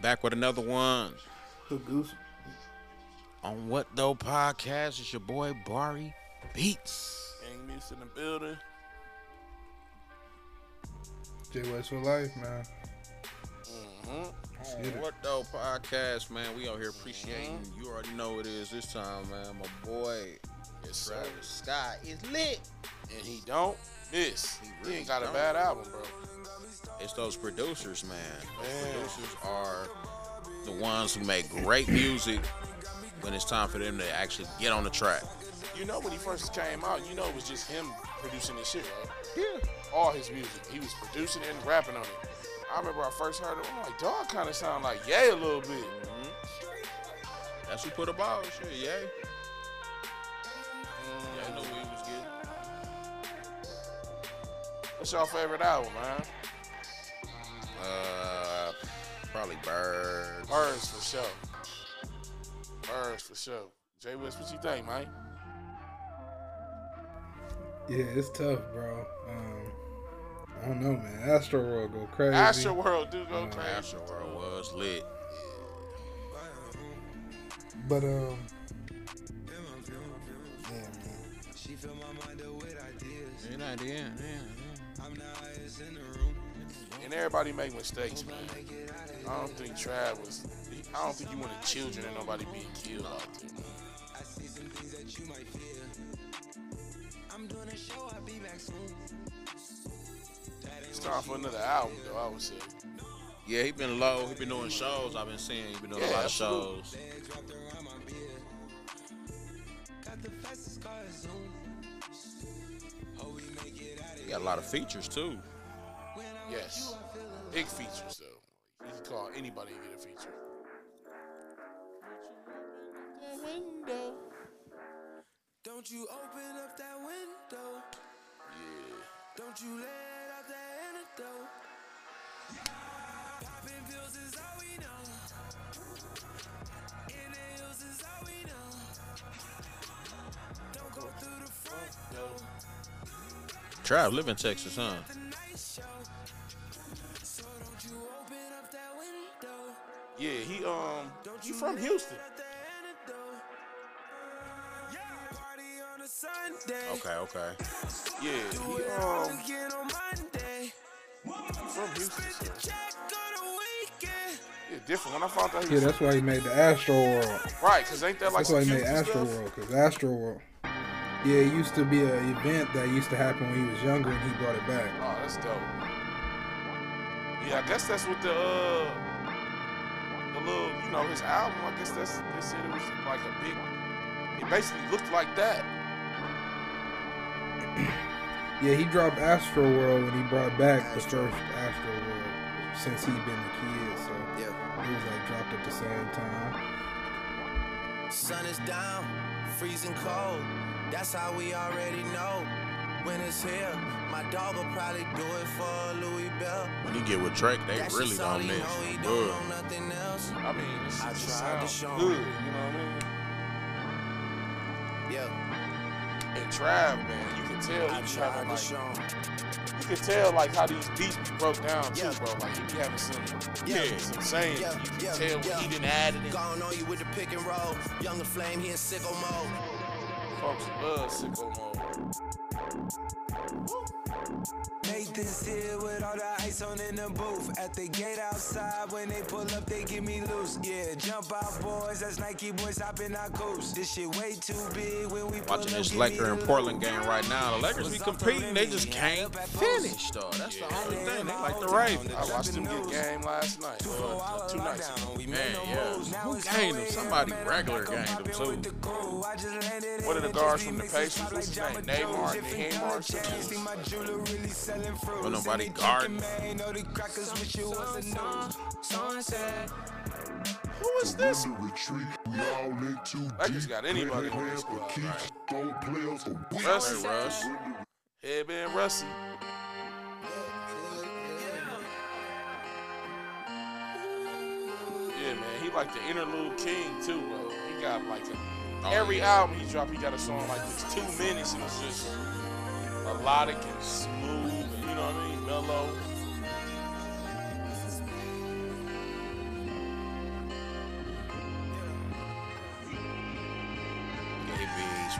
Back with another one. The goose. On What Though Podcast, it's your boy Bari Beats. Gang Beats in the building. J West for life, man. On get it. What Though Podcast, man. We out here appreciating. You already know it is this time, man. My boy, Yes, Travis Scott, is lit. And he don't miss. He, really ain't got don't. a bad album, bro. It's those producers, man. Those Man. producers are the ones who make great music when it's time for them to actually get on the track. You know when he first came out, you know it was just him producing this shit, right? Yeah. All his music. He was producing and rapping on it. I remember I first heard it, I'm like, dog kind of sound like Yay a little bit. That's who put a ball, shit, yeah. I know we was getting. What's your favorite album, man? Uh, probably birds. Birds for sure. Birds for sure. Jay West, what you think, man? Yeah, it's tough, bro. Um, I don't know, man. Astro World go crazy. Astro World do go Uh, crazy. Astroworld was lit. But um, yeah, man. And I did. And everybody make mistakes, man. I don't think Trav was. I don't think you wanted children and nobody being killed out there. It's time for another album, though. I would say. Yeah, he been low. He been doing shows. I've been seeing he been doing a Yeah, lot of absolutely. shows. He got a lot of features too. Yes. Big features, though. You can call anybody and get a feature. Don't you open up that window. Yeah. Don't you let out that antidote. Popping pills is all we know. In the hills is all we know. Don't go through the front door. Trav live in Texas, huh? The night show. So don't you open up that window. Yeah. He um. Don't He you from let Houston. out that antidote. Yeah. Party on a Sunday. Okay, okay. Yeah. Do He it all um. again on Monday. From Houston. So. Check on the weekend. Yeah. Different. When I found out he yeah, was that's why he made the Astro World. right, cause ain't that like That's why some he made Houston Astro stuff? World, cause Astro World. Yeah, it used to be an event that used to happen when he was younger, and he brought it back. Oh, that's dope. Yeah, I guess that's what the uh the little you know, his album, I guess that's they said it was like a big it basically looked like that. Yeah, he dropped Astro World when he brought back the first Astro World since he been a kid. So yeah, it was like dropped at the same time. Sun is down, freezing cold. That's how we already know. When it's here, my dog will probably do it for a Louis Bell. When you get with Drake, they That's really just all don't he miss. know, he don't Bro. know nothing else. I mean it's I just tried to sounds show good, you know him. what I mean? Yeah, And Trav, man, you can tell I he be tried having, to like, show him. you can tell like how these beats be broke down too, Yeah. bro. Like he be having some Yeah. yeah, some saying. Yeah, You can yeah, tell when yeah. he didn't add it in. Gone on you with the pick and roll. Younger flame, he in sicko mode. Folks love sicko mode. Make this here with all the ice on in the booth. At the gate outside, when they pull up, they give me loose. Yeah, jump out, boys. That's Nike boys hopping our coast. This shit way too big when we pull Watching up, this give me Laker and the Portland loot. game right now. The Lakers be competing, they just can't finish though. That's the only thing. They like the Ravens. I watched him get game last night. Uh, two nights ago. Man, yeah. Who gained him? Somebody regular gained him too. One of the guards from the Pacers, what's his name? Neymar, Neymar, something. But nobody guarding. Who is this? to retreat. We all in too Lakers deep. got anybody Red on this hands for squad, keeps. right. Don't play us a week. Russ. Hey, Russ. Headband Rusty. Yeah, man, he like the interlude king too, bro. He got like a, every album he dropped, he got a song like this two minutes and it's just melodic and smooth, and, you know what I mean, mellow.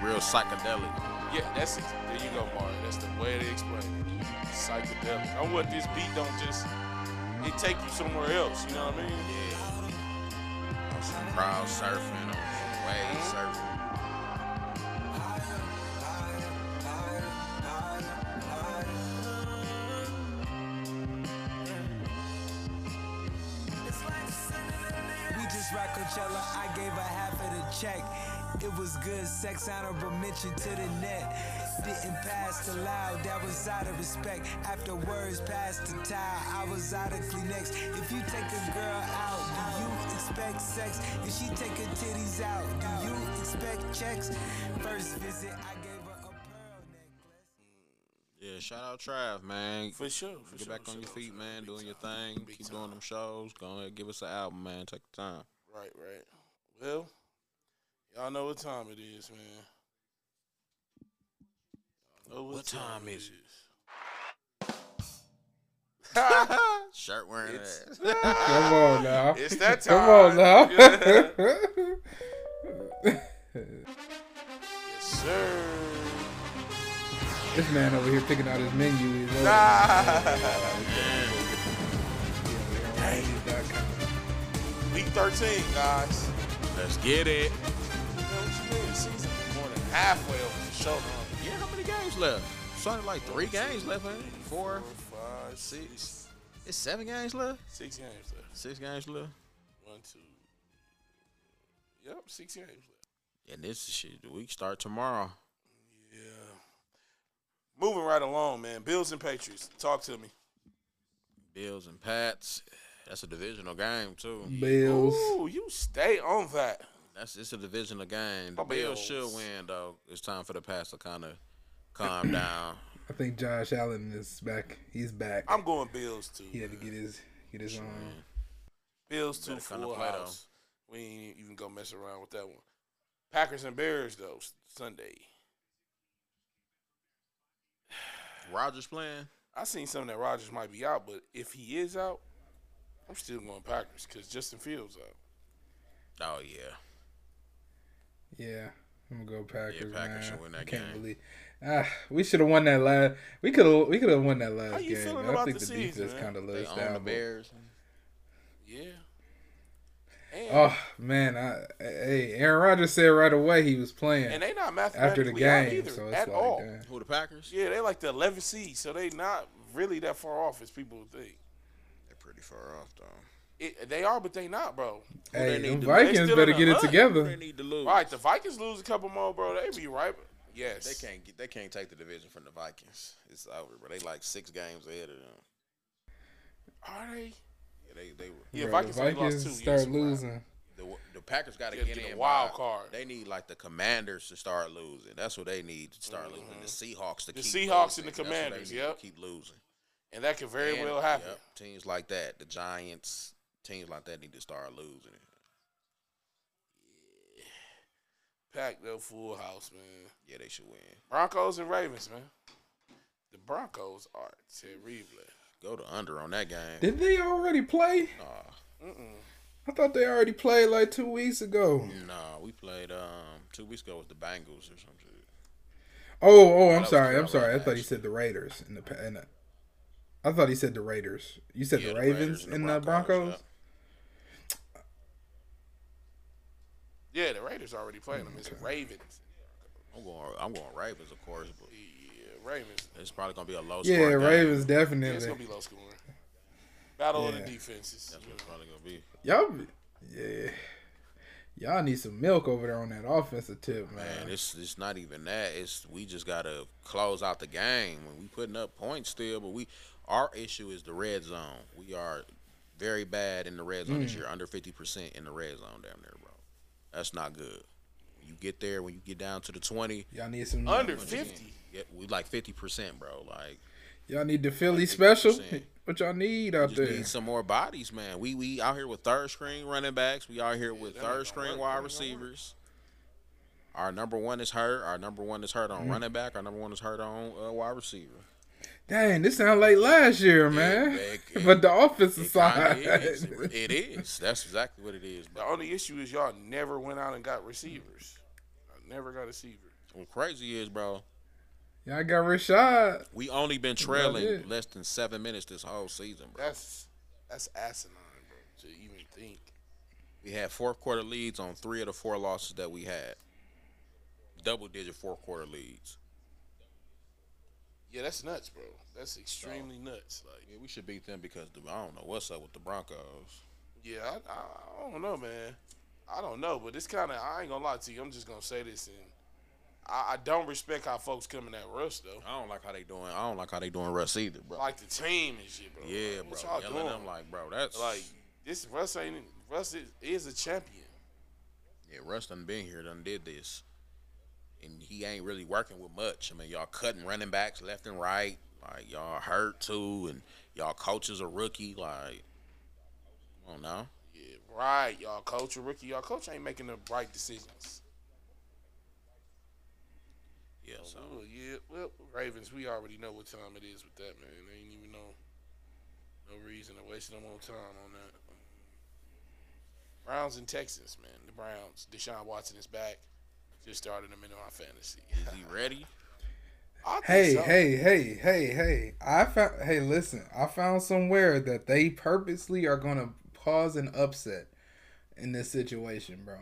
real psychedelic. Yeah, that's it. There you go, Mark. That's the way they explain it. Psychedelic. I want this beat don't just it take you somewhere else. You know what I mean? Yeah. On some crowd surfing, on some wave Uh-huh. surfing. We just rock Coachella. I gave her half of the check. It was good sex, honorable mention to the net. Didn't pass the loud, that was out of respect. After words passed the towel, I was out of Kleenex. If you take a girl out, do you expect sex? If she take her titties out, do you expect checks? First visit, I gave her a pearl necklace. Yeah, shout out Trav, man. For sure. For Get sure, back for on your sure, feet, for man. sure. Doing Big your time. thing. Big Keep time. doing them shows. Go ahead, give us an album, man. Take the time. Right, right. Well, y'all know what time it is, man. Y'all know What time is it? Shirt wearing It's- ass. Come on now. It's that time. Come on now. Yeah. Yes, sir. this man over here picking out his menu. Is Week 13, guys. Let's get it. You know what you mean? Season more than halfway over the show. man. Yeah, how many games left? Something like three games left, man. Four. Five, six, It's seven games left. six games left. Six games left. One, two. Yep, six games left. And this is shit. The week start tomorrow. Yeah. Moving right along, man. Bills and Patriots. Talk to me. Bills and Pats. That's a divisional game too. Bills. Ooh, you stay on that. That's it's a divisional game. The My Bills Bills. should win though. It's time for the Pats to kind of calm down. I think Josh Allen is back. He's back. I'm going Bills too. He had to get his get his um, own. Bills two Better kinda full play, though. house. We ain't even gonna mess around with that one. Packers and Bears though s- Sunday. Rogers playing. I seen something that Rogers might be out, but if he is out, I'm still going Packers because Justin Fields out. Oh yeah. Yeah, I'm gonna go Packers Packers. man. should win that I can't game. believe. Ah, we should have won that last. We could have. We could have won that last you game. feeling but I about think the, the season, defense man? kind of let They us own down. the but- Bears. Yeah. And, Oh man, I hey, Aaron Rodgers said right away he was and playing they not after the mathematically out game, either so at it's like, uh, all. damn. Who the Packers? Yeah, they like the 11 seed, so they not really that far off as people would think. They're pretty far off though. It, they are, but they not, bro. hey, they them need to- they Vikings still better in the get it hunt. They together. need to lose. All right, the Vikings lose a couple more, bro. They be right. Yes, They can't get. They can't take the division from the Vikings. It's over, but they like six games ahead of them. Are they? Yeah, they they Yeah, Bro, Vikings, the only Vikings lost two. start yes, right. losing. the, the Packers got to Yeah, get, get a in wild by- card. They need like the Commanders to start losing. That's what they need to start losing. The Seahawks to Mm-hmm. The keep Seahawks and losing. the That's what they Commanders, need to yep. keep losing. and that could very And, well happen. yep, teams like that, the Giants, teams like that need to start losing. Pack the full house, man. Yeah, they should win. Broncos and Ravens, man. The Broncos are terrible. Go to under on that game. Did they already play? Nah, I thought they already played like two weeks ago. nah, we played um two weeks ago with the Bengals or something. Oh, oh, I'm was sorry, Carolina, I'm sorry. I thought you actually. said the Raiders in the. pa- In the I thought he said the Raiders. You said Yeah, the Ravens Raiders and the Broncos. yep. Yeah, the Raiders already playing them. It's Ravens. I'm going. I'm going Ravens, of course, but Yeah, Ravens. it's probably gonna be a low. Yeah, scoring game. Ravens Yeah, it's definitely. gonna be low scoring. Battle of Yeah. the defenses. That's what it's probably gonna be. Y'all, be- yeah, y'all need some milk over there on that offensive tip, man. Man, it's it's not even that. It's we just gotta close out the game. When we putting up points still, but we our issue is the red zone. We are very bad in the red zone Mm. this year, under fifty percent in the red zone down there, bro. That's not good. You get there when you get down to the twenty. y'all need some Under once 50. again, Yeah, we like fifty percent, bro. Like Y'all need the Philly special. 50%. What y'all need out just there? need some more bodies, man. We we out here with third screen running backs. We out here with that ain't third gonna screen work. wide That ain't gonna work. receivers. Our number one is hurt. Our number one is hurt on Mm. running back. Our number one is hurt on uh, wide receiver. Dang, this sound like last year, man. it- it- but the offensive It kinda side, is. It is. That's exactly what it is, The bro. only issue is y'all never went out and got receivers. I never got a receiver. What crazy is, bro, Y'all got Rashad. we only been trailing it. less than seven minutes this whole season, bro. That's that's asinine, bro. To even think. We had fourth quarter leads on three of the four losses that we had. Double digit fourth quarter leads. Yeah, that's nuts, bro. That's extremely nuts. Like, Yeah, we should beat them because the, I don't know what's up with the Broncos. yeah, I, I, I don't know, man. I don't know, but it's kind of. I ain't gonna lie to you. I'm just gonna say this, and I, I don't respect how folks coming at Russ though. I don't like how they doing. I don't like how they doing Russ either, bro. Like the team and shit, bro. yeah, Like, bro. what y'all Yelling doing? them like, bro, that's like this Russ ain't Russ is, is a champion. yeah. Russ done been here, done did this, and he ain't really working with much. I mean, y'all cutting running backs left and right. Like y'all hurt too, and y'all coaches a rookie. Like, come on now. Yeah, right, y'all coach a rookie. Y'all coach ain't making the right decisions. Yeah, so Oh yeah, well Ravens, we already know what time it is with that man. There ain't even no no reason to waste no more time on that. Browns and Texans, man. The Browns. Deshaun Watson is back. Just started him into my fantasy. is he ready? I think Hey, so. hey, hey, hey, hey. I found hey, listen, I found somewhere that they purposely are gonna cause an upset in this situation, bro.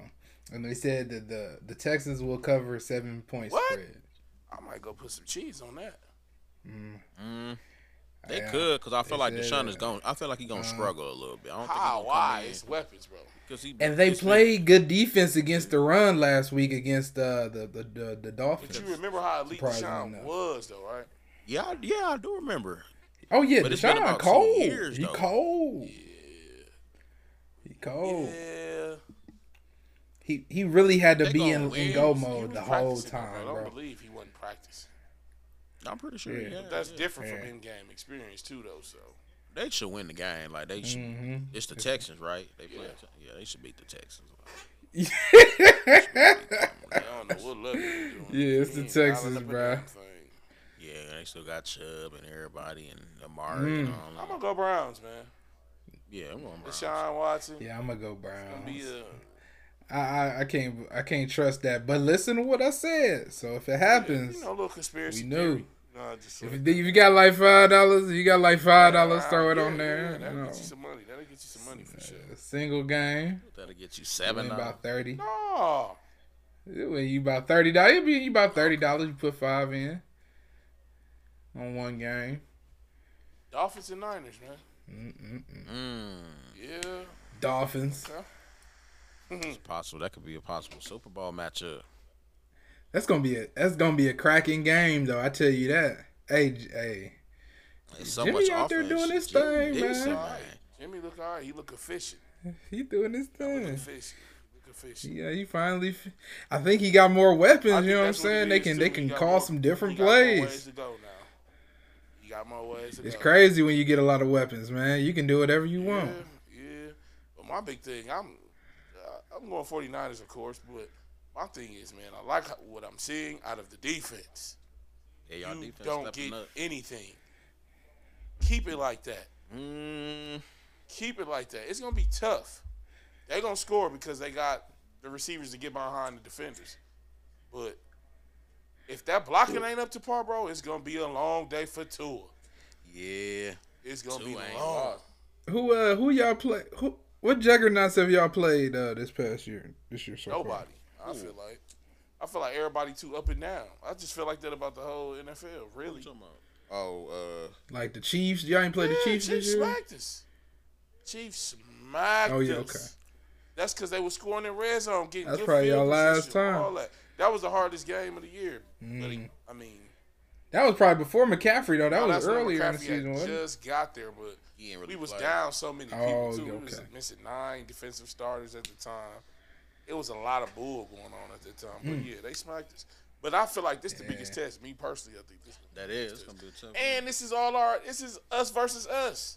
And they said that the the Texans will cover seven point What? spread. I might go put some cheese on that. They Yeah. could, cause I feel They Uh-huh. like said Deshaun is that. going. I feel like he gonna struggle a little bit. I don't think he How? gonna Ah, Why? come in It's weapons, bro. 'cause he- And they it's been- played good defense against the run last week against uh, the, the the the But you Dolphins. remember how elite Surprising Deshaun enough. was, though, right? Yeah, I- yeah, I do remember. Oh yeah, But it's been about Deshaun two cold. years, he though. cold. He cold. Oh, Yeah. He he really had to They be gonna in, win. in go He He mode was the whole practicing, time, I don't bro. believe he wasn't practicing. I'm pretty sure. Yeah. Yeah, But That's yeah. different from Yeah. in-game experience too, though. So They should win the game. Like they should. Mhm. It's the Texans, right? They play. Yeah. Yeah, they should beat the Texans. I don't know what level they're doing. Yeah, it's the He ain't Texans, dialing up a bruh. damn thing. Yeah, they still got Chubb and everybody and Amari. And Mm-hmm. all I'm that. gonna go Browns, man. yeah, I'm going Browns. Deshaun Watson. Yeah, I'm gonna go gonna Browns. Be a, I, I I can't I can't trust that. But listen to what I said. So if it happens, you know, a little conspiracy. We knew. theory. Nah, just if, like- you, if you got like five dollars, you got like five dollars. Throw it Yeah, on yeah, there. that'll you know. get you some money. That'll get you some money for sure. a single game, That'll get you win seven. dollars. about thirty. No, It win you about thirty dollars. It'd be you about thirty dollars. You put five in on one game. Dolphins and Niners, man. Mm, Yeah, Dolphins. it's possible that could be a possible Super Bowl matchup. That's gonna be a that's gonna be a cracking game though. I tell you that. Hey, J- hey. It's so Jimmy much out there offense. doing his Jimmy thing, Dixon, man. Jimmy look all right. He look efficient. He doing his thing. Efficient. Look efficient. Yeah, he finally. f- I think he got more I weapons. think You know what I'm that's what saying? it They is, can too. they He can got call more- some different he got more ways plays. to go now. You got more ways to It's go. crazy when you get a lot of weapons, man. You can do whatever you Yeah, want. yeah. But my big thing, I'm uh, I'm going 49ers, of course. But my thing is, man, I like how- what I'm seeing out of the defense. Yeah, y'all you defense don't stepping get up. anything. Keep it like that. Mm, Keep it like that. It's gonna be tough. They're gonna score because they got the receivers to get behind the defenders. But if that blocking ain't up to par, bro, it's gonna be a long day for Tua. yeah, It's gonna Tua be ain't long. lost. Who uh who y'all play? Who what juggernauts have y'all played uh this past year? This year so far? Nobody. I feel like. I feel like everybody too up and down. I just feel like that about the whole NFL. Really, Oh, uh, Like the Chiefs. Y'all ain't played Yeah, the Chiefs, this year. smacked us. Chiefs smacked Oh, yeah, us. okay. That's because they were scoring in red zone, getting That's good probably field y'all last position, time. All that. that was the hardest game of the year. But it- I mean, That was probably before McCaffrey though. That no, was Oh, that's when earlier in the McCaffrey season, had wasn't it? Just got there, but He ain't really we was played. down so many people Oh, too. We okay. was missing nine defensive starters at the time. It was a lot of bull going on at the time. But Mm. yeah, they smacked us. But I feel like this is the biggest test. Me personally, I think this. that is it's gonna be a tough. one. And this is all our. This is us versus us.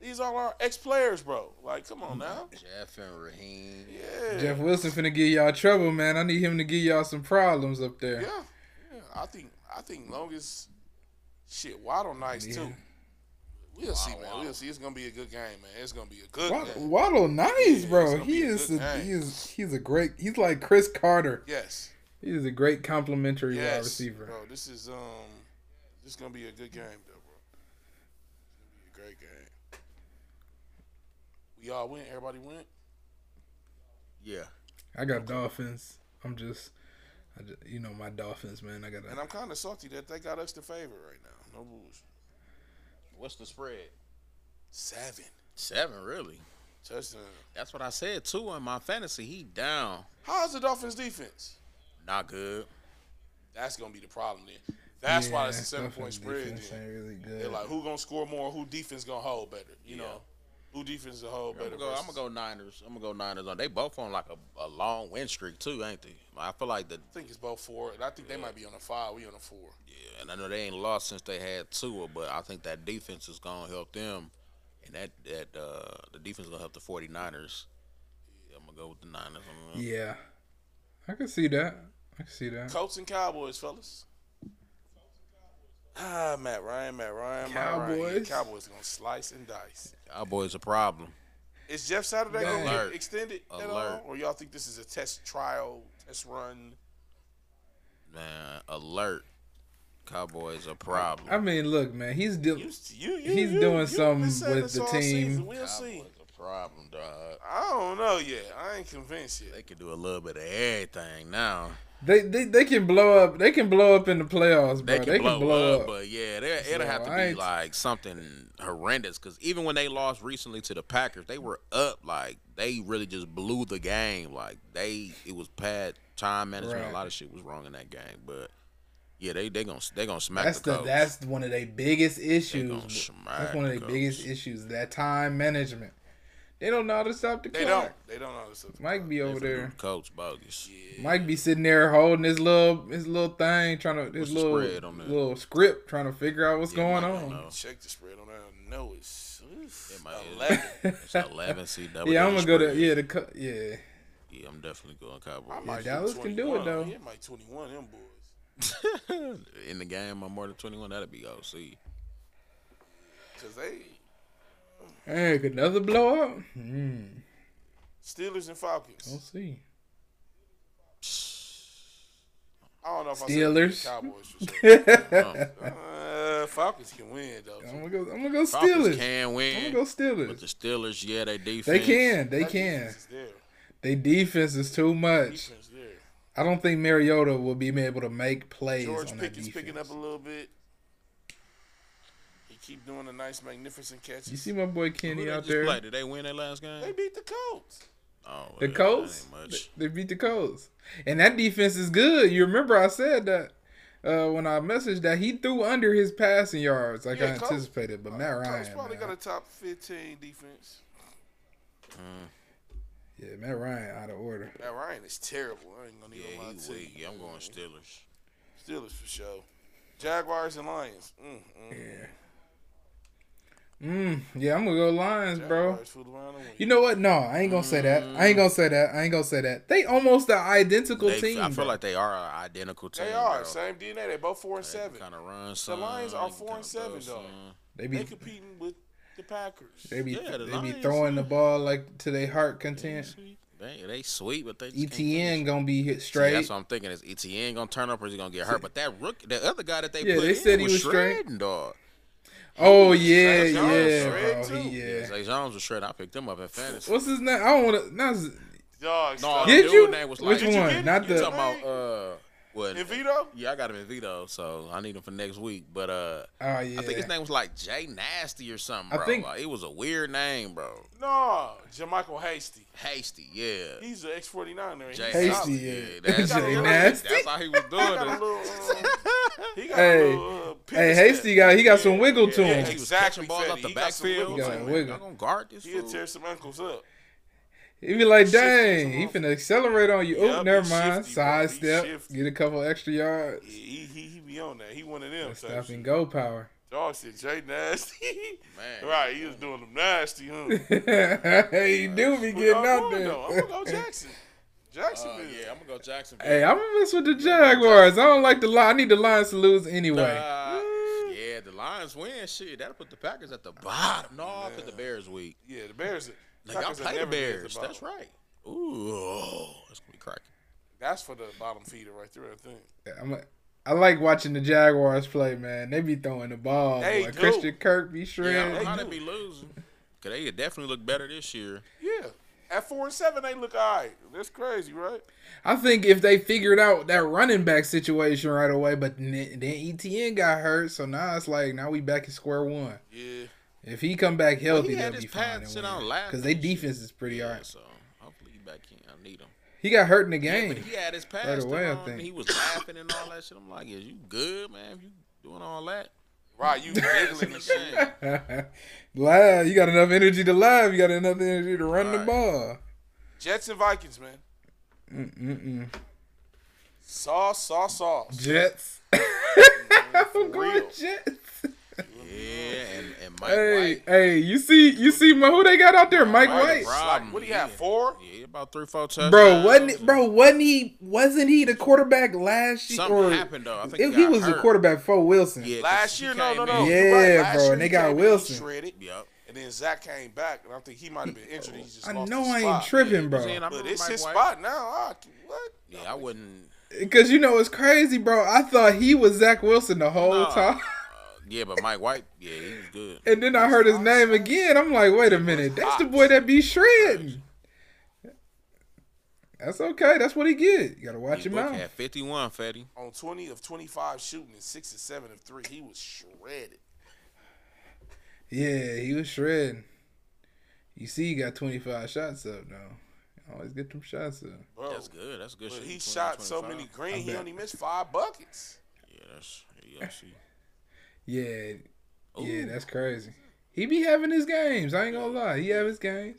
These all our ex players, bro. Like, come on now. Jeff and Raheem. Yeah. Jeff Wilson finna give y'all trouble, man. I need him to give y'all some problems up there. Yeah, yeah. I think I think longest shit. Waddle nice too. We'll see, man. We'll see. It's gonna be a good game, man. It's gonna be a good Waddle, game. Waddle nice, Yeah, it's bro. gonna He be a is good a, game. he is he's a great. He's like Chris Carter. Yes. He's a great complimentary wide Yes, receiver. bro. This is um, this is gonna be a good game though, bro. It's gonna be a great game. We all went. Everybody went. Yeah. I got Dolphins. I'm just, I ju- you know, my Dolphins, man. I got. And I'm kind of salty that they got us the favorite right now. No rules. What's the spread? Seven Seven, really. touchdown. That's what I said too in my fantasy. He down. How's the Dolphins defense? Not good. That's gonna be the problem then. That's why it's a Yeah, seven point Dolphins spread. defense Then. ain't really good. They're like, who gonna score more? Who defense gonna hold better? You Yeah. know, who defense to hold I'm better? gonna, go, I'm versus- gonna go Niners. I'm gonna go Niners on. They both on like a, a long win streak too, ain't they? I feel like the I think it's both four, and I think they might be on a five. We on a four. Yeah, and I know they ain't lost since they had Tua, but I think that defense is gonna help them, and that that uh, the defense gonna help the 49ers. Yeah, I'm gonna go with the Niners. I'm gonna- yeah, I can see that. I can see that. Colts and Cowboys, fellas. Ah, Matt Ryan, Matt Ryan, Matt Ryan. Cowboys. Yeah, Cowboys gonna slice and dice. Cowboys a problem. Is Jeff Saturday gonna Alert. get extended at Alert. all, or y'all think this is a test trial, test run? Man, alert. Cowboys a problem. I mean, look, man. He's deal- You, you, you, He's you- doing you've something been saying with this the all team. season. We'll see. Cowboys a problem, dog. I don't know yet. I ain't convinced They yet. can do a little bit of everything now. They, they they can blow up. They can blow up in the playoffs, bro. They can blow, up, but yeah, they- it'll have to I be ain't- like something horrendous. Because even when they lost recently to the Packers, they were up. Like they really just blew the game. Like they, it was bad time management. Right. A lot of shit was wrong in that game. But yeah, they they gonna they gonna smack that's the the coach. that's one of their biggest issues. gonna That's smack one of the their biggest coach. issues. That time management. How They don't know how to stop the They don't. clock. They don't know this. Mike be over They finna do there. the Coach bogus. Mike be sitting there holding his little his little thing, trying to his What's the spread little on that? little script, trying to figure out what's Yeah, going Mike don't on. know. Check the spread on that. No, it's oof, It might- eleven. It's eleven CW. Yeah, I'm gonna go to spread. yeah the co- yeah. Yeah, I'm definitely going I Cowboys. might do Dallas can do it, 21. though. Yeah, Mike twenty one. Them boys. in the game, I'm more than twenty one. That'd be OC. Cause they Hey, could another blow up? Hmm. Steelers and Falcons. We'll see. I don't know if Steelers. I said the Cowboys. For sure. I'm uh, Falcons can win though. gonna go. I'm gonna go Falcons Steelers. can I'm win. gonna go Steelers. But the Steelers, yeah, they defense. They can. They That can. defense is there. They defense is too much. Defense there. I don't think Mariota will be able to make plays George on that Pickens defense. picking up a little bit. He keep doing a nice, magnificent catch. you see my boy Who Kenny they out just there. play? Did they win their last game? They beat the Colts. oh, The well, that Colts, ain't much. they beat the Colts, and that defense is good. You remember I said that uh, when I messaged that he threw under his passing yards, like I Yeah, Colts- Uh, anticipated. But Matt Colts Ryan, probably man. got a top fifteen defense. yeah, Matt Ryan out of order. Matt Ryan is terrible. I ain't gonna Yeah, even lie he to weak. you. Yeah, I'm going Steelers. Steelers for sure. Jaguars and Lions. Mm, mm. Mm, yeah, I'm gonna go Lions, bro. Jaguars Mm. fool around and win. You know what? No, I ain't gonna say that. I ain't gonna say that. I ain't gonna say that. They almost the identical They, team. I feel bro. like they are an identical team. They are bro. same DNA. They both four and seven. Kind of run. Some, Lions are they four kinda and seven, throw though. some. they be They competing with the Packers. they be Yeah, the they be Lions, throwing the ball like to their heart content. They they sweet, but they just can't ETN finish. gonna be hit See, E straight. That's what I'm thinking. Is ETN gonna turn up or is he gonna get hurt? But that rookie, the other guy that they Yeah, put they in said he was, was straight. shredding, dog. Oh yeah, Zay Jones yeah, shred bro. too. He, yeah. Zay Jones was shredding. I picked him up in fantasy. What's his name? I don't want to. Not Z- Dogs. No, dog. the Did Oh, dude you? name was Which like, one? get it? Not You You the. talking about uh what? And Vito? Yeah, I got him in Vito, so I need him for next week. But uh, Oh yeah. I think his name was like Jay Nasty or something, I bro. think- like, it was a weird name, bro. No, Jermichael Hasty. Hasty, yeah. He's an X 49er. Jay Hasty, Solid, yeah. That's, Jay Jay Nasty. Nasty. That's how he was doing He got a it. little. Uh, he got Hey. a little. Uh, Hey, pivot Hasty step. got he got some Yeah. wiggle to Yeah, Yeah, him. he was Exactly, catching balls Fetty. out the He got some backfield. wiggle. Like, He got man, wiggle. y'all gonna guard this He'll fool? tear some ankles up. He be like, Shifty dang, some he motherfucker. finna accelerate on you. Yup, Oh, he never mind. shifty, bro. He Sidestep, shifty. get a couple extra yards. Yeah, he, he, he be on that. He one of them. That type Stop shit. and go power. Dog shit, Jay Nasty. Man. right, he was doing them nasty, huh? he do be Where getting y'all out going, though? I'm there. gonna go Jackson. Uh, Jacksonville. yeah, I'm gonna go Jacksonville. Hey, I'm gonna mess with the Jaguars. I don't like the line. I need the Lions to lose anyway. Uh, yeah, the Lions win. Shit, that'll put the Packers at the bottom. No, because the Bears weak. Yeah, the Bears. Like, y'all Packers have play the never been at Bears. bottom. That's right. Ooh, that's gonna be cracking. That's for the bottom feeder right there, I think. I'm a, I like watching the Jaguars play, man. They be throwing the ball. They boy. do. Christian Kirk be shredded. Yeah, I don't know They how they do. be losing. Cause they definitely look better this year. Yeah. At four and seven, they look all right. That's crazy, right? I think if they figured out that running back situation right away, but then then ETN got hurt, so now it's like now we back at square one. Yeah. If he come back healthy, he had they'll be his fine. pads sit on last Because they defense is pretty Yeah, alright. so hopefully he back in. I need him. He got hurt in the Yeah, game. but he had his pads Right still away, I on, think. He was laughing and all that shit. I'm like, is you good, man? If you doing all that? Right, you giggling and shit. Dang. Live, you got enough energy to live. You got enough energy to run the Right. ball. Jets and Vikings, man. Mm-mm-mm. Sauce, sauce, sauce. Jets. I'm going real. Jets. Yeah, and, and Mike Hey, White. hey, you see, you see, my, who they got out there, Mike White. White. Bro. Like, what do you have? Yeah. Four? Yeah, about three, four touchdowns. Bro, wasn't it- bro, wasn't he? Wasn't he the quarterback last year? Something or- happened though. I think If he, he got was hurt. the quarterback for Wilson. Yeah, 'cause Last he year? No, came no, no. in- Yeah, You're right. Last bro, year and he they got came in, he Wilson. shredded, Yep. and then Zach came back, and I think he might have been injured. and He just I lost know his I spot. ain't tripping, Yeah, he was in. bro. I But remember it's Mike his White. spot now. Ah, what? Yeah, I wouldn't. Because you know it's crazy, bro. I thought he was Zach Wilson the whole Nah. time, Yeah, but Mike White, yeah, he was good. and then I heard his name again. I'm like, wait a minute, that's the boy that be shredding. That's okay. That's what he get. You gotta watch He him book out. had 51, Fetty. On 20 of 25 shooting and 6 and 7 of 3, he was shredded. Yeah, he was shredding. You see, he got 25 shots up though. Always get them shots up. Bro, That's good. That's good. But shit. he 20, shot so 25. many green, he bet. only missed five buckets. Yeah, that's yeah. She, Yeah, yeah, Ooh. that's crazy. He be having his games. I ain't gonna lie. He have his games.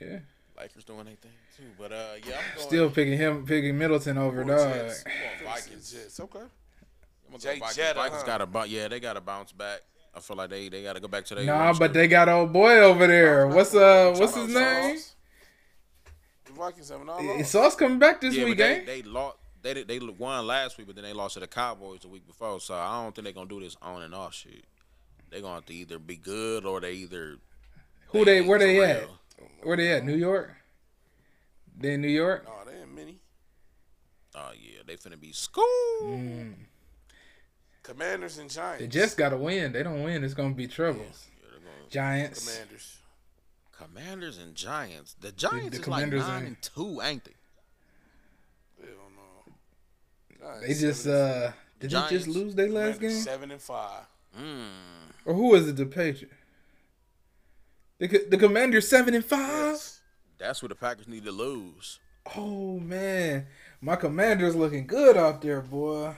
Yeah. Lakers doing anything too, but uh, yeah, I'm going, Still picking him, picking Middleton over Four dog. Jets. Four Vikings. Jets. Okay. I'm gonna Jay go Vikings. Jetta, Vikings huh? got to bounce. Yeah, they got to bounce back. I feel like they they got to go back to their. Nah, roots. but they got old boy over there. What's uh, what's his name? The Vikings having all Eh, lost. Sauce coming back this yeah, week, but they, ain't? they lost. They did- they won last week, but then they lost to the Cowboys the week before. So I don't think they're gonna do this on and off shit. They're gonna have to either be good or they either Who they? Where they for at? real. Where they at? New York. They in New York. No, they ain't many. Oh yeah, they finna be school. Mm. Commanders and Giants. They just gotta win. They don't win, it's gonna be trouble. Yeah, they're gonna- Giants. Commanders. Commanders and Giants. The Giants the is like Commanders nine ain't- and two, ain't they? They don't know. Giants, They just seven and- uh, did they just Giants. lose their last Commanders, game? Seven and five. Mm. Or who was it? The Patriots. The co- the Commander seven and five. Yes. That's what the Packers need to lose. Oh man, my commander's looking good out there, boy.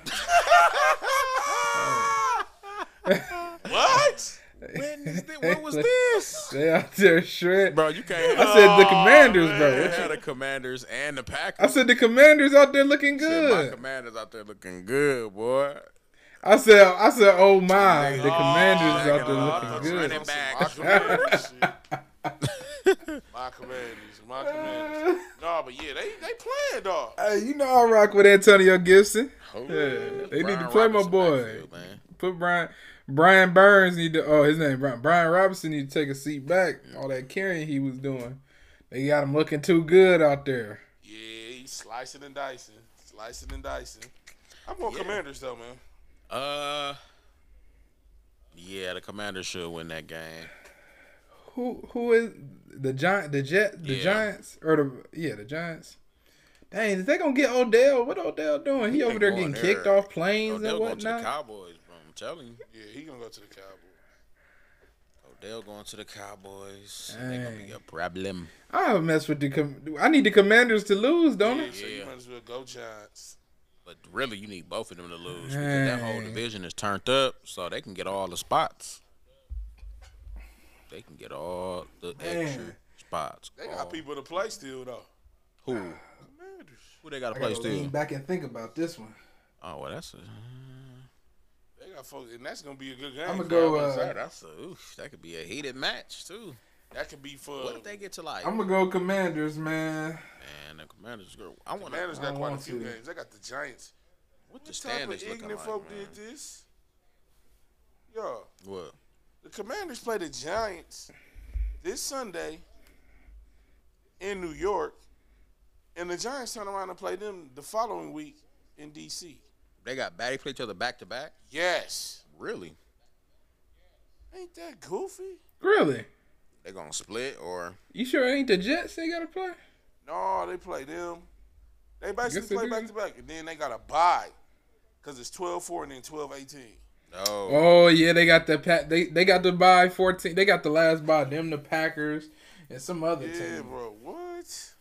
What? When is thi- what was this? They out there shred. Bro, Oh, you can't. I said the commanders, bro. They What had you- the Commanders and the Packers. I said the commanders out there looking Said My good. Commanders out there looking good, boy. I said, I said, oh my, the Oh, commanders out Jack and there Lock. looking good. Running back. My commanders. shit. My commanders. My commanders. No, but yeah, they they playing dog. Hey, you know I rock with Antonio Gibson. Oh, Yeah, they need Brian to play my Robinson boy. backfield, man. Put Brian, Brian Burns need to. Oh, his name Brian, Brian Robinson need to take a seat back. All that carrying he was doing, they got him looking too good out there. Yeah, he's slicing and dicing, slicing and dicing. I'm on commanders though, man. Uh, yeah, the Commanders should win that game. who who is the giant the jet the Yeah. Giants or the yeah the Giants? Dang, is they gonna get Odell? What Odell doing? He over ain't there going getting there. kicked off planes Odell and going to the whatnot. Cowboys, bro. I'm telling you, Yeah, he gonna go to the Cowboys. Odell going to the Cowboys. They're gonna be Dang. a problem. I have messed with the. Com- I need the Commanders to lose, don't Yeah, I? so you Yeah. might as well go Giants. But really, you need both of them to lose because that whole Dang. division is turned up, so they can get all the spots. They can get all the extra spots. They got All- people to play still though. Who? Commanders. Who they got to play still? back and think about this one. Oh well, that's a. They got folks, and that's gonna be a good game. I'ma for go, everybody. uh, That's a. Oof, that could be a heated match too. that could be for. What if they get to like? I'm gonna go Commanders, man. Man, the Commanders girl. I want to. Commanders I got don't quite a want few to. games. They got the Giants. What the What type of standings looking ignorant like, folk man? did this? Yo, What? the Commanders play the Giants this Sunday in New York. And the Giants turn around and play them the following week in D.C. They got bad. They play each other back to back. Yes. Really? Ain't that goofy? Really? They gonna split or You sure it ain't the Jets they gotta play? No, they play them. They Yes, they basically play do. back to back, and then they got a bye because it's 12-4 and then 12-18. no? Oh yeah, they got the pat. They they got the buy fourteen. They got the last buy. Them the Packers and some other Yeah, team. bro. What?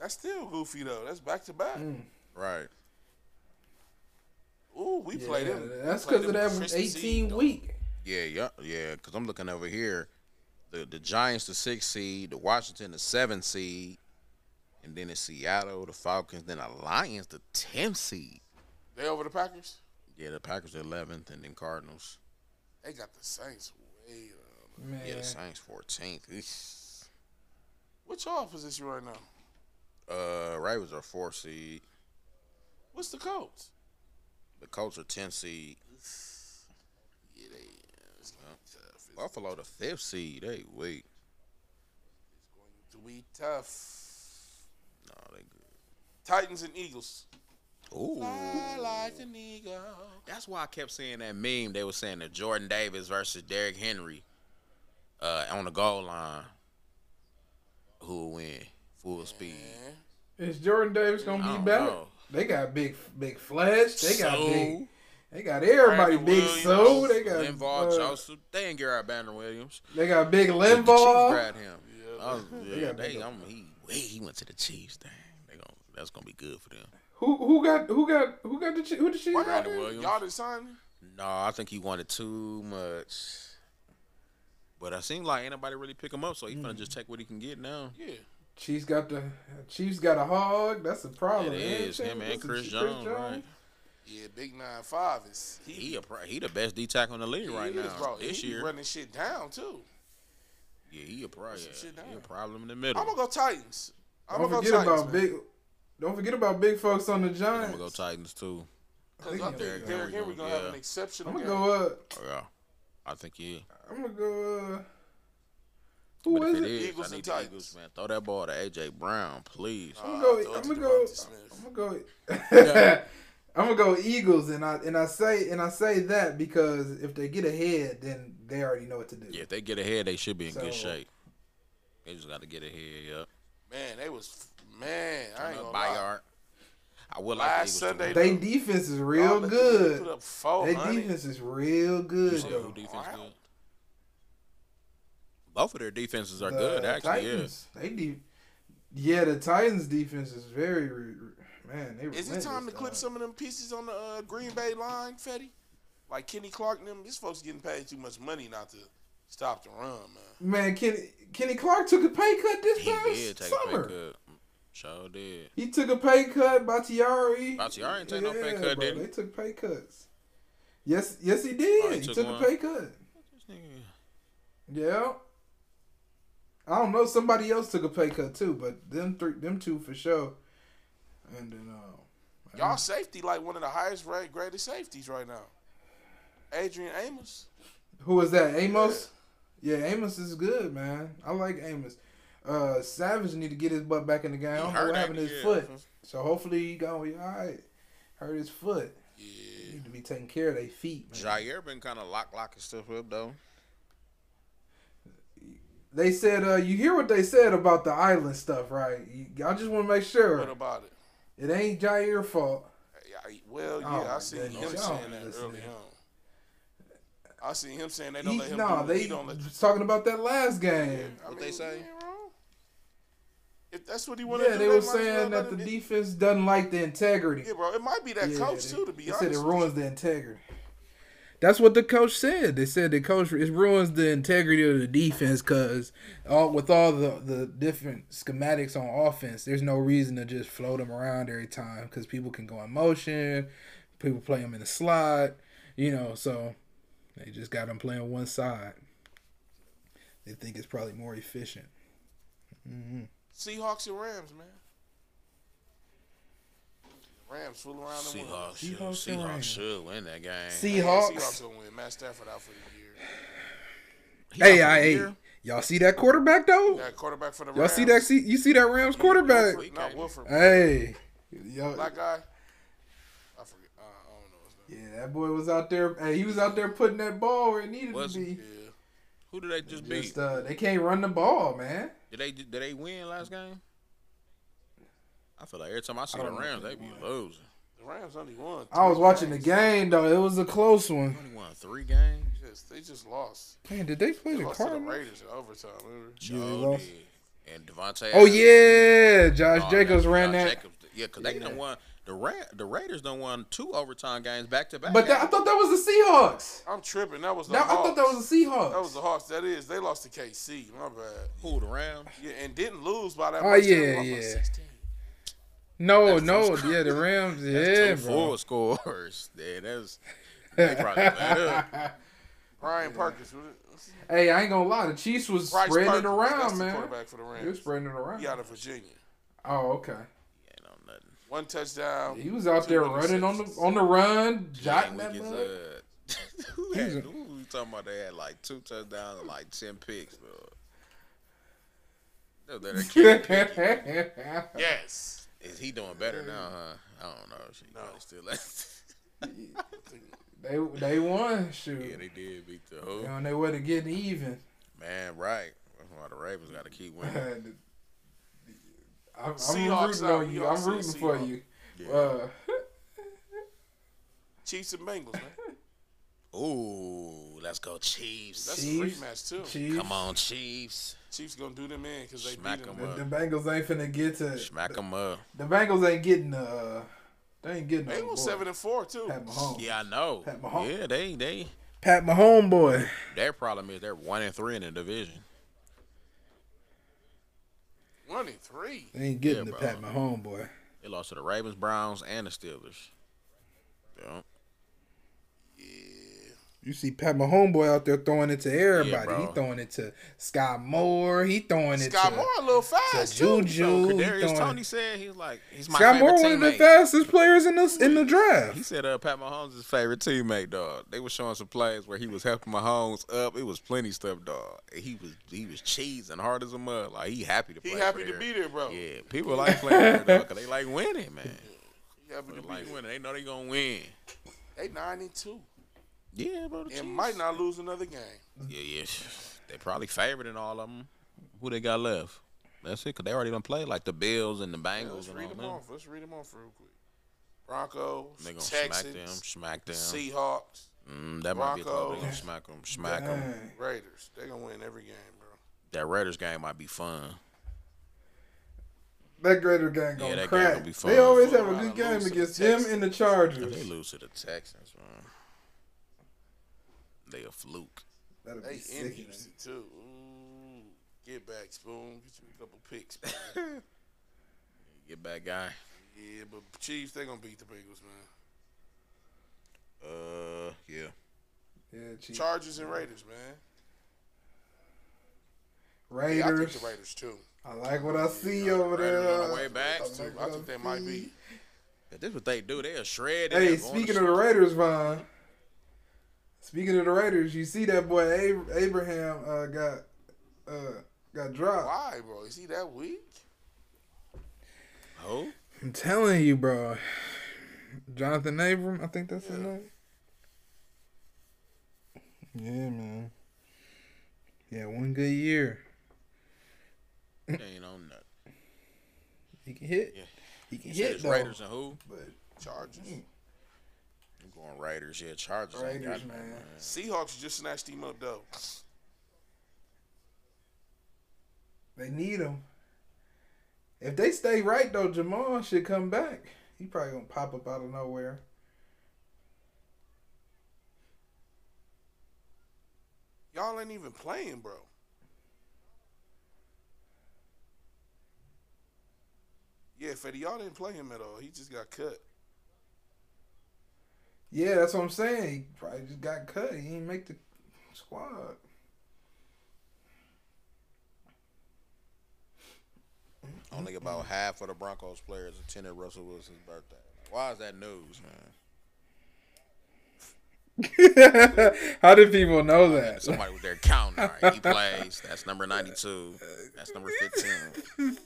That's still goofy though. That's back to back. Mm. Right. Ooh, we play Yeah, them. we that's play because of them that Christmas eighteen Eve, though. week. Yeah, yeah, yeah. Because I'm looking over here, the the Giants the six seed, the Washington the seven seed, and then it's Seattle, the Falcons, then the Lions the tenth seed. They over the Packers. Yeah, the Packers the eleventh, and then Cardinals. They got the Saints way. up. Man, Yeah, the Saints fourteenth. What y'all position right now? Uh, Ravens are four seed. What's the Colts? The Colts are ten seed. Yeah, they. yeah, It's gonna be tough. It's Buffalo the fifth seed. They weak. going to be tough. No, they good. Titans and Eagles. Ooh. like an eagle. That's why I kept seeing that meme. They were saying that Jordan Davis versus Derrick Henry uh, on the goal line. Who will win? Full speed. is Jordan Davis I gonna be don't better? know. They got big big flesh. They got So? big. They got everybody Brandon big. Williams, So they got Linval uh, Joseph. They ain't Garrett Banner Williams. They got big The Chiefs Limbaugh. grabbed him. I was- yeah, got they, big- I'm, he, wait, he went to the Chiefs. Dang. They gon' that's going to be good for them. Who who got who got who got the Chiefs- who the Chiefs? Y'all got? Brandon didn't, Williams. y'all didn't sign him? No, I think he wanted too much. But I seem like anybody really pick him up, so he finna Mm. just take what he can get now. Yeah. Chiefs got the Chiefs got a hog. That's a Oh, problem. It man. is him That's and a- Chris Jones, right? Yeah, big nine five is he, He a pro- he the best D tackle in the league he right is, now bro. this he be year. running shit down too. yeah, he a problem. some shit He a down. problem in the middle. I'm gonna go Titans. I'm Don't gonna go forget Titans. about man. big. Don't forget about big folks on the I'm Giants. gonna go Titans too. 'Cause I Derrick think Derrick Henry Henry gonna- gonna have yeah. an exceptional I'm gonna game. go. Uh, Oh, yeah, I think yeah. I'm gonna go. Uh, who but if is it it? is, Eagles I and need the Titans. Oh, Eagles, man. Throw that ball to AJ Brown, please. I'm I gonna thought go. it I'm was gonna go. Devontae Smith. I'm gonna go. I'm gonna go Eagles, and I and I say and I say that because if they get ahead, then they already know what to do. yeah, if they get ahead, they should be in good So- shape. They just got to get ahead. Yeah. Man, they was man. I I ain't know gonna lie. Bayard. I would like the Last Eagles Sunday, to win. They defense is Y'all real let them good. Put up They 400. defense is real You good said though. who defense Wow. good? Both of their defenses are good, The actually. Yeah. Titans, They de- yeah, the Titans defense is very re- re- man. They Is it relentless, time to dog. clip some of them pieces on the uh, Green Bay line, Fetty? Like Kenny Clark and them. These folks getting paid too much money not to stop the run, man. Man, Kenny Kenny Clark took a pay cut this He past did take summer. a pay cut. Sure did. He took a pay cut. Bakhtiari. Bakhtiari ain't take no pay cut, did he? They took pay cuts. Yes, yes, he did. Oh, he he, took took, one? a pay cut. Yeah. I don't know. Somebody else took a pay cut too, but them three, them two for sure. And then, um, Y'all safety like one of the highest rated greatest safeties right now. Adrian Amos. Who was that? Amos? Yeah. Amos is good, man. I like Amos. Uh, Savage need to get his butt back in the game. I don't know hurt what happened to that, his yeah. foot. So hopefully he gonna be alright. Hurt his foot. Yeah. Need to be taking care of their feet, man. Jair been kind of lock locking stuff up though. They said, uh, you hear what they said about the island stuff, right? You- I just want to make What sure about it? it ain't Jair fault. I- I- Well, yeah, Oh, I seen goodness. him Y'all saying don't that listen early to him. on. I seen him saying they don't He, let him. nah, do it. they He don't let. was talking about that last game. I What they mean, say? he ain't wrong. If that's what he Yeah, wanted to do, they were might as well saying let that the him in. defense doesn't like the integrity. Yeah, bro, it might be that Yeah, coach they- too. To be they honest, said it with ruins the integrity. That's what the coach said. They said the coach it ruins the integrity of the defense because all with all the, the different schematics on offense, there's no reason to just float them around every time because people can go in motion, people play them in the slot, you know. So they just got them playing one side. They think it's probably more efficient. you. Seahawks and Rams, man. Rams fool around and win. Seahawks, should, Seahawks and Seahawks Rams. should win that game. Yeah, Seahawks. Seahawks gonna win. Matt Stafford out for the year. He out Hey, for the I year? Y'all see that quarterback though? Got quarterback for the Y'all Rams. see that? See you see that Rams quarterback? Wilford, not Wilford. Hey, yo, Black guy. I forget. I, I don't know his name. yeah, that boy was out there. Hey, he was out there putting that ball where it needed Was to he? be. Yeah. Who did they just beat? Just uh, they can't run the ball, man. Did they did they win last game? I feel like every time I see the don't know if Rams, they they be won. losing. The Rams only won. I was three watching the games. game though. It was a close one. They only won three games. Just, they just lost. Man, did they play They the lost to the Cardinals? Raiders in overtime. Remember? Yeah, they Sure lost. did. And Devontae. Oh Adams. yeah, Josh Oh, Jacobs yeah, ran Josh that. Jacobs. Yeah, because they Yeah. done won. The Ra- the Raiders done won two overtime games back to back. But that, I thought that was the Seahawks. I'm tripping. That was the That, I Hawks. thought that was the Seahawks. That was the Hawks. That is. They lost to KC. My bad. who the Rams? Yeah, and didn't lose by that Oh, much. They yeah, lost by yeah. 16. no, no, yeah, the Rams. Yeah, Two bro. full scores. Yeah, that's they probably let up. Ryan Perkins. was it? Hey, I ain't gonna lie. The Chiefs was Bryce spreading Perkins, it that's around, the man. quarterback for the He was Rams. spreading it around. He out of Virginia. Oh, okay. Ain't on nothing. One touchdown. He was out there two running on the interceptions. on the run, jotting Game that week is, mug. uh, who had, He's a- who we talking about? They had like two touchdowns and like ten picks. Bro. That- that- that kid, Yes. Is he doing better now? Huh? I don't know. She No. probably still. they they won, yeah, shoot. they did beat the who. on their way to getting even. Man, right. That's why the Ravens got to keep winning. I'm, I'm Seahawks rooting out. on We you. all I'm said rooting for Seahawks. you. Yeah. Uh, Chiefs and Bengals, man. Ooh, let's go Chiefs. That's Chiefs. a rematch too. Chiefs. Come on, Chiefs. Chiefs gonna do them in because they Smack beat 'em them. The, up. the Bengals ain't finna get to. Smack them up. The Bengals ain't getting. Uh, they ain't getting. They no won boy. seven and four too. Pat Mahomes. Yeah, I know. Pat Mahomes. Yeah, they they Pat Mahomes, boy. their problem is they're one and three in the division. One and three. They ain't getting Yeah, the bro. Pat Mahomes, boy. They lost to the Ravens, Browns, and the Steelers. Yeah, You see Pat Mahomes, boy, out there throwing it to everybody. bro. he throwing it to Scott Moore. He throwing it Scott to Moore a little fast too. Juju. He Kadarius throwing- Tony said he's like he's my Scott favorite Moore, one of the teammate. fastest players in the in the he draft. said uh, Pat Mahomes is his favorite teammate, dog. They were showing some plays where he was helping Mahomes up. It was plenty stuff, dog. He was he was cheesing hard as a mud. Like he happy to play. He for happy to there. be there, bro. Yeah, people like playing there, dog, 'cause they like winning, man. He happy to They be like there. winning. They know they gonna win. They nine and two. Yeah, bro. The And Chiefs. might not lose another game. Yeah, yeah. They probably favored in all of them. Who they got left? That's it, 'cause they already done played like the Bills and the Bengals Let's and read all them them. off. Let's read them off real quick. Broncos, They gonna smack them, Texans, smack them. Seahawks, Mm, that might be a club. They gonna Broncos. smack them, smack them. Dang. Raiders. They gonna win every game, bro. That Raiders game might be fun. That Greater gang gonna that game crack. gonna be fun. they always have a Colorado good game lose to the against them Texans. and the If they Chargers. lose to the Texans, man, they a fluke. That'll They be in sick. Houston too. Ooh, get back, Spoon. Get you a couple picks. man. Get back, guy. yeah, but Chiefs, they gonna beat the Bengals, man. Uh, yeah. Yeah, Chiefs. Chargers and Raiders, man. Yeah, I think Raiders. the Raiders too. I like what I see over Raiders on there. the way back. I like I what think they might be. see. If this what they do, they'll shred. Hey, speaking of the Raiders, Von. Speaking of the Raiders, you see that boy Ab- Abraham uh, got uh, got dropped. Why, bro? Is he that weak? who? I'm telling you, bro. Jonathan Abram, I think that's his name. Yeah, man. Yeah, one good year. They ain't on nothing. He can hit. Yeah. He can Said hit it's though. Raiders and who? But Chargers. I'm going Raiders. Yeah, Chargers. ain't Raiders, got nothing, man. man. Seahawks just snatched him up though. They need him. If they stay right though, Jamal should come back. He probably gonna pop up out of nowhere. Y'all ain't even playing, bro. Yeah, Fetty, y'all didn't play him at all. He just got cut. Yeah, that's what I'm saying. He probably just got cut. He didn't make the squad. Only about half of the Broncos players attended Russell Wilson's birthday. Why is that news, man? How did people know that? Somebody was there counting. All right, he plays. That's number 92. That's number 15.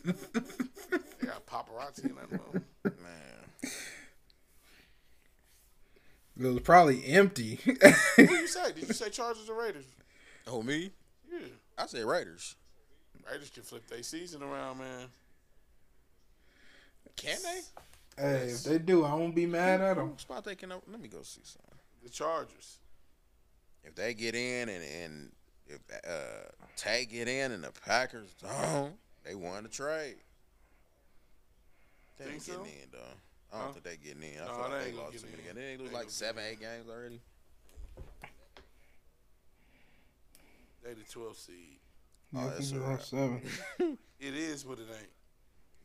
They got paparazzi in that mother. Man. It was probably empty. What did you say? Did you say Chargers or Raiders? Oh, me? Yeah. I said Raiders. Raiders can flip their season around, man. Can they? hey, if they do, I won't be mad at them. Who Spot they can. over- Let me go see something. The Chargers. If they get in and, and if uh, Tay get in and the Packers don't, they won the trade. They ain't Think so? getting in, though. I don't Huh? think they getting in. I No, feel they like they ain't lost too getting many in. games. They ain't lose They like ain't seven, eight games already. They the 12 seed. Oh, that's a wrap. seven. It is what it ain't.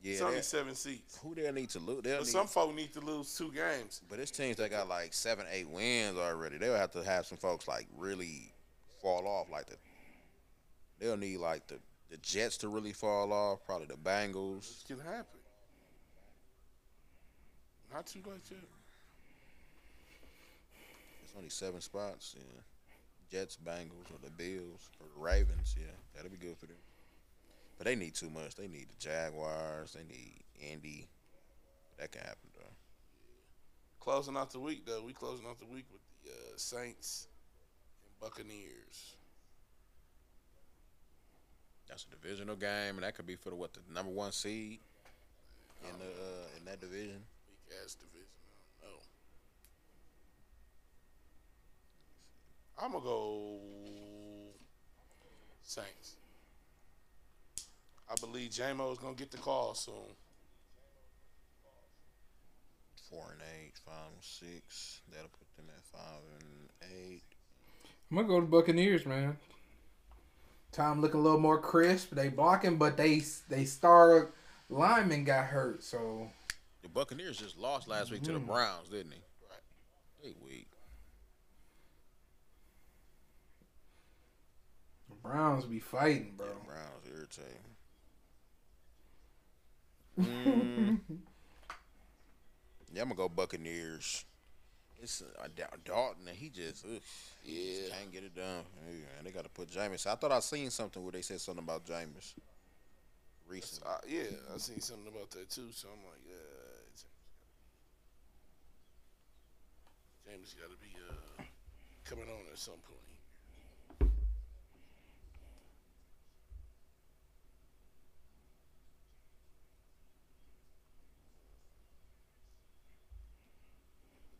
Yeah, It's only they- seven seats. who they'll need to lose? They'll But need, some folk need to lose two games. but it's teams that got like seven, eight wins already. They'll have to have some folks like really fall off. Like the they'll need like the the Jets to really fall off. Probably the Bengals. This can happen. Not too late yet. It's only seven spots. Yeah, Jets, Bengals, or the Bills or the Ravens. Yeah, that'll be good for them. But they need too much. They need the Jaguars. They need Indy. That can happen though. Closing out the week, though. We closing out the week with the uh, Saints and Buccaneers. That's a divisional game, and that could be for the what the number one seed in the uh, in that division. Weak ass division. I don't know. I'm going to go Saints. I believe J-Mo is going to get the call soon. Four and eight, five and six. That'll put them at five and eight. I'm gonna go to Buccaneers, man. Time looking a little more crisp. They blocking, but they they star lineman got hurt, so The Buccaneers just lost last week to the Browns, didn't they? Right. They weak. the Browns be fighting, bro. Yeah, the Browns irritating. Mm. yeah, I'm gonna go Buccaneers. It's uh, Da- Dalton, and he just ugh, he just can't get it done. Yeah, and they got to put Jameis. I thought I seen something where they said something about Jameis recently. Uh, yeah, I seen something about that too. So I'm like, yeah, James got to be uh, coming on at some point.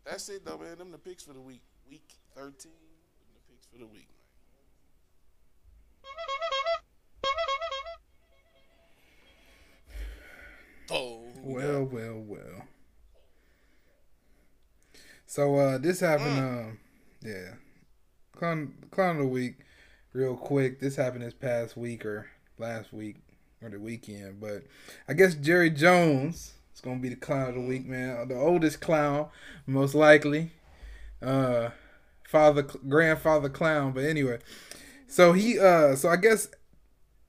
That's it though, man. Them the picks for the week, week thirteen. Them the picks for the week, man. Oh, who we got? Well, well, well. So uh this happened um yeah. Clown clown of the week, real quick. This happened this past week or last week or the weekend, but I guess Jerry Jones is gonna be the clown of the week, man. The oldest clown, most likely. Uh father grandfather clown, but anyway. So he uh so I guess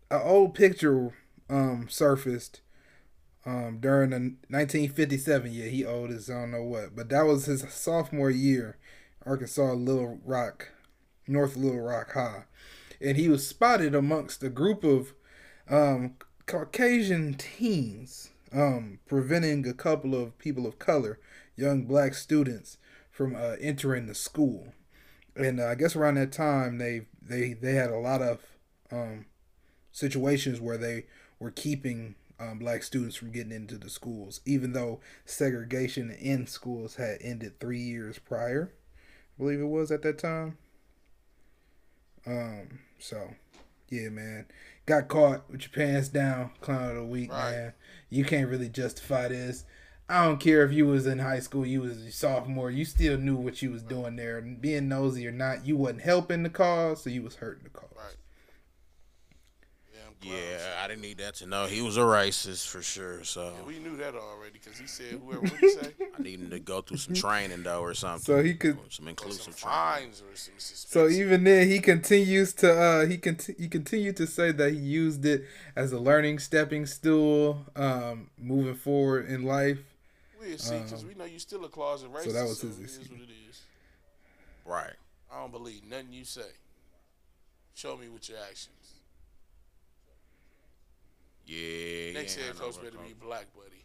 an old picture um surfaced um, during the 1957 year. He owed his I don't know what, but that was his sophomore year, Arkansas Little Rock, North Little Rock High, and he was spotted amongst a group of um, Caucasian teens, um, preventing a couple of people of color, young black students, from uh, entering the school. And uh, I guess around that time, they they they had a lot of um, situations where they were keeping um, black students from getting into the schools, even though segregation in schools had ended three years prior, I believe it was at that time. Um, so yeah, man, got caught with your pants down, clown of the week, Right. man. You can't really justify this. I don't care if you was in high school, you was a sophomore, you still knew what you was doing there. Being nosy or not, you wasn't helping the cause, so you was hurting the cause. Right. Yeah, I'm glad. yeah, I didn't need that to know. He was a racist for sure. So Yeah, we knew that already because he said whoever what he say I need him to go through some training though, or something. So he could- Or some Or inclusive some training. fines or some suspension. So even then, he continues to uh, he conti- he continued to say that he used it as a learning stepping stool, um, moving forward in life. we'll see because we know you still a closet racist. Um, that was his it is excuse. what it is. Right. I don't believe nothing you say. Show me with your actions. Yeah. Next he ain't hiring head coach no better black be coach. black, buddy.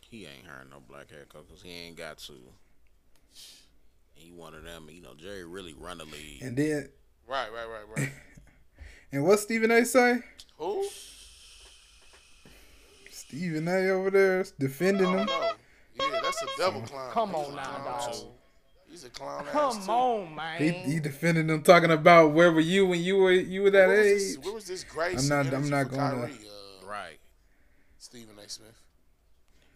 He ain't hiring no black hair coach 'cause he ain't got to. He one of them. You know, Jerry really run the league. And then, Right, right, right, right. and what Stephen A. say? Who? Stephen A. over there is defending Oh, him. no. Yeah, that's a double clown. Come He's on a now, clown, dog. too. He's a clown. ass, Come too. on, man. He, he defended him, talking about where were you when you were you were that Where was this, age. where was this grace? I'm not- I'm and energy not for gonna- Kyrie, uh, Right. Stephen A. Smith.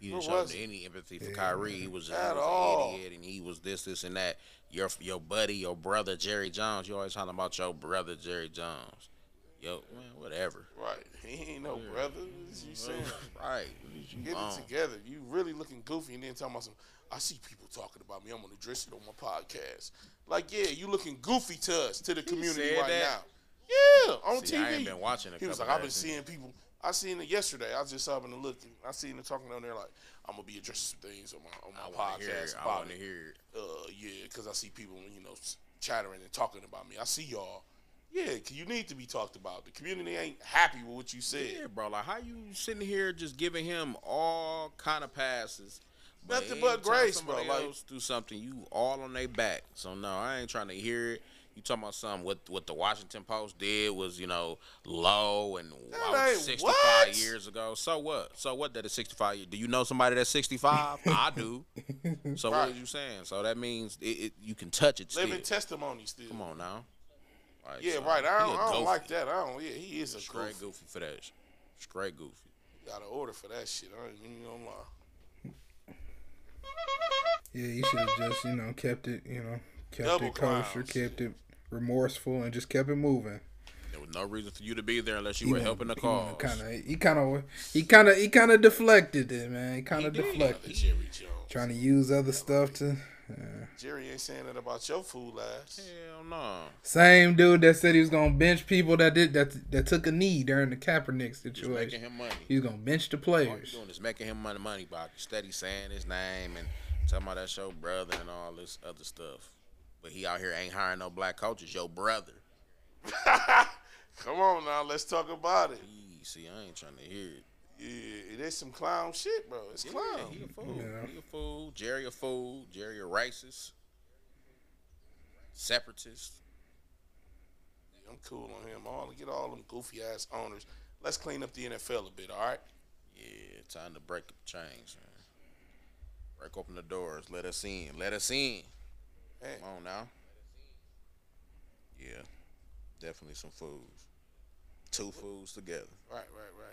He Where didn't show was he? any empathy for Kyrie. He was, he At was all. an idiot, and he was this, this, and that. Your your buddy, your brother Jerry Jones. You always talking about your brother Jerry Jones. Yo, man, whatever. Right. He ain't no brother. What is you saying? Right. What is you Get on? it together. You really looking goofy and then talking about some. I see people talking about me. I'm gonna address it on my podcast. Like, yeah, you looking goofy to us, to the community said right that? now. Yeah, on See, TV. I ain't been watching a He was couple like, I've been days. seeing people. I seen it yesterday. I just happened to look. And I seen them talking on there like, I'm gonna be addressing some things on my I on my want to hear it. podcast I about want to it. hear it. uh, yeah, because I see people, you know, s- chattering and talking about me. I see y'all. Yeah, 'cause you need to be talked about. The community ain't happy with what you said. Yeah, bro. Like, how you sitting here just giving him all kind of passes? Nothing every but time grace, bro, somebody like- else do something, you all on their back. So no, I ain't trying to hear it. You talking about something? What what the Washington Post did was you know low and I was ain't 65 what? years ago. So what? So what? That is 65. years- Do you know somebody that's 65? I do. So what Right. are you saying? So that means it, it, you can touch it. Living still. testimony still. Come on now. Like, Yeah, so, right. I he don't, a I don't goofy. like that. I don't. Yeah, he is a Straight goofy. goofy for that. Straight goofy. Got an order for that shit. I ain't even gonna lie. Yeah, you should have just you know kept it you know kept Double it kosher, clowns. kept it remorseful, and just kept it moving. There was no reason for you to be there unless you were helping the cause. Kind of, he kind of, he kind of, he kind of deflected it, man. He kind of deflected, Another Jerry Jones. trying to use other stuff to. Jerry ain't saying that about your fool ass. Hell no. Same dude that said he was gonna bench people that did that that took a knee during the Kaepernick Just making situation. him money. He's gonna bench the All you players. doing is making him money, money by steady saying his name and talking about that's your brother and all this other stuff. But he out here ain't hiring no black coaches. Your brother. Come on now, let's talk about it. Gee, See, I ain't trying to hear it. Yeah, it is some clown shit, bro. It's Yeah, clown. he a fool. He a fool. Jerry a fool. Jerry a racist. Separatist. I'm cool on him. All get all them goofy ass owners. Let's clean up the NFL a bit, all right? Yeah, time to break up the chains, man. Break open the doors. Let us in. Let us in. Hey, Come on now. Yeah, definitely some foods. Two foods together. right, right, right.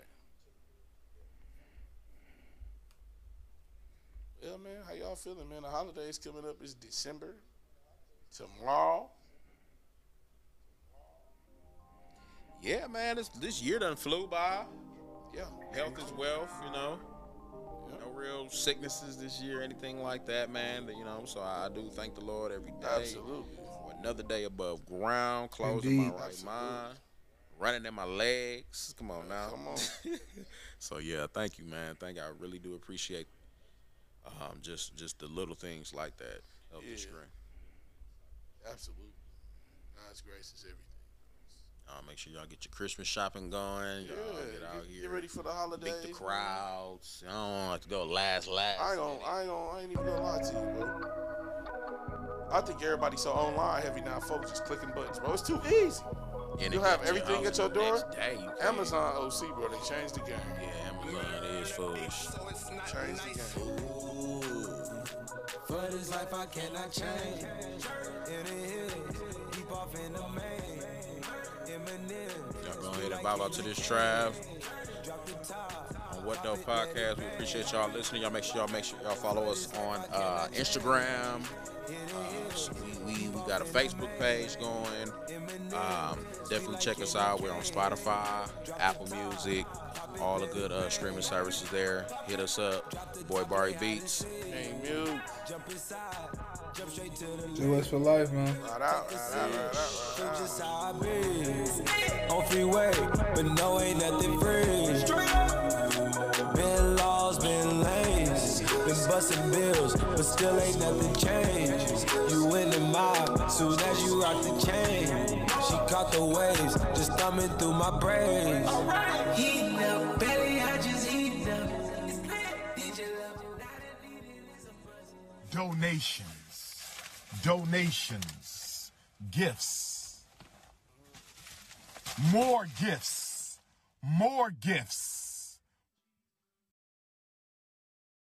Yeah, man, how y'all feeling, man? The holidays coming up is December tomorrow. Yeah, man, this this year done flew by. Yeah, Health is wealth, you know. No real sicknesses this year, anything like that, man. You know, so I do thank the Lord every day. absolutely. For another day above ground, closing my Indeed. right Absolutely. mind, running in my legs. Come on now. Come on. So yeah, thank you, man. Thank you. I really do appreciate um just just the little things like that. Help the Yeah. strength. absolutely. God's grace is everything. Uh, make sure y'all get your Christmas shopping going. Y'all get Yeah, out get, here. get ready for the holidays. Beat the crowds. I don't like to go last last. I ain't gonna, I ain't gonna, I ain't even gonna lie to you, bro. I think everybody so online heavy now. Folks just clicking buttons, bro. It's too easy. And you it have gets you out everything at your the door? next Day, you can. Amazon OC, bro. They changed the game. Yeah, Amazon is foolish. Changed the game. For this life I cannot change. In the hill, deep off in the main. Eminem, Y'all go ahead and bob out to this tribe. drop the top. on What Dope Podcast. We appreciate y'all listening. Y'all make sure y'all make sure y'all follow us on uh, Instagram. Uh, so we, we, we got a Facebook page going. Um, definitely check us out. We're on Spotify, Apple Music, all the good uh, streaming services there. Hit us up. Boy Barry Beats. Ain't mute. Jump inside, jump straight to the Do us for life, man. Right out, right out, right out. Feel just how I be. On freeway, but no ain't nothing free. Been laws, been lanes, been busting bills, but still ain't nothing changed. You in the mob, Soon as you rock the chain, she caught the waves, just thumbing through my brains. Heating up, belly, I just heating up. It's lit. Need your love, and I didn't need it. It's a buzz. Donations. Donations. Gifts. More gifts. More gifts.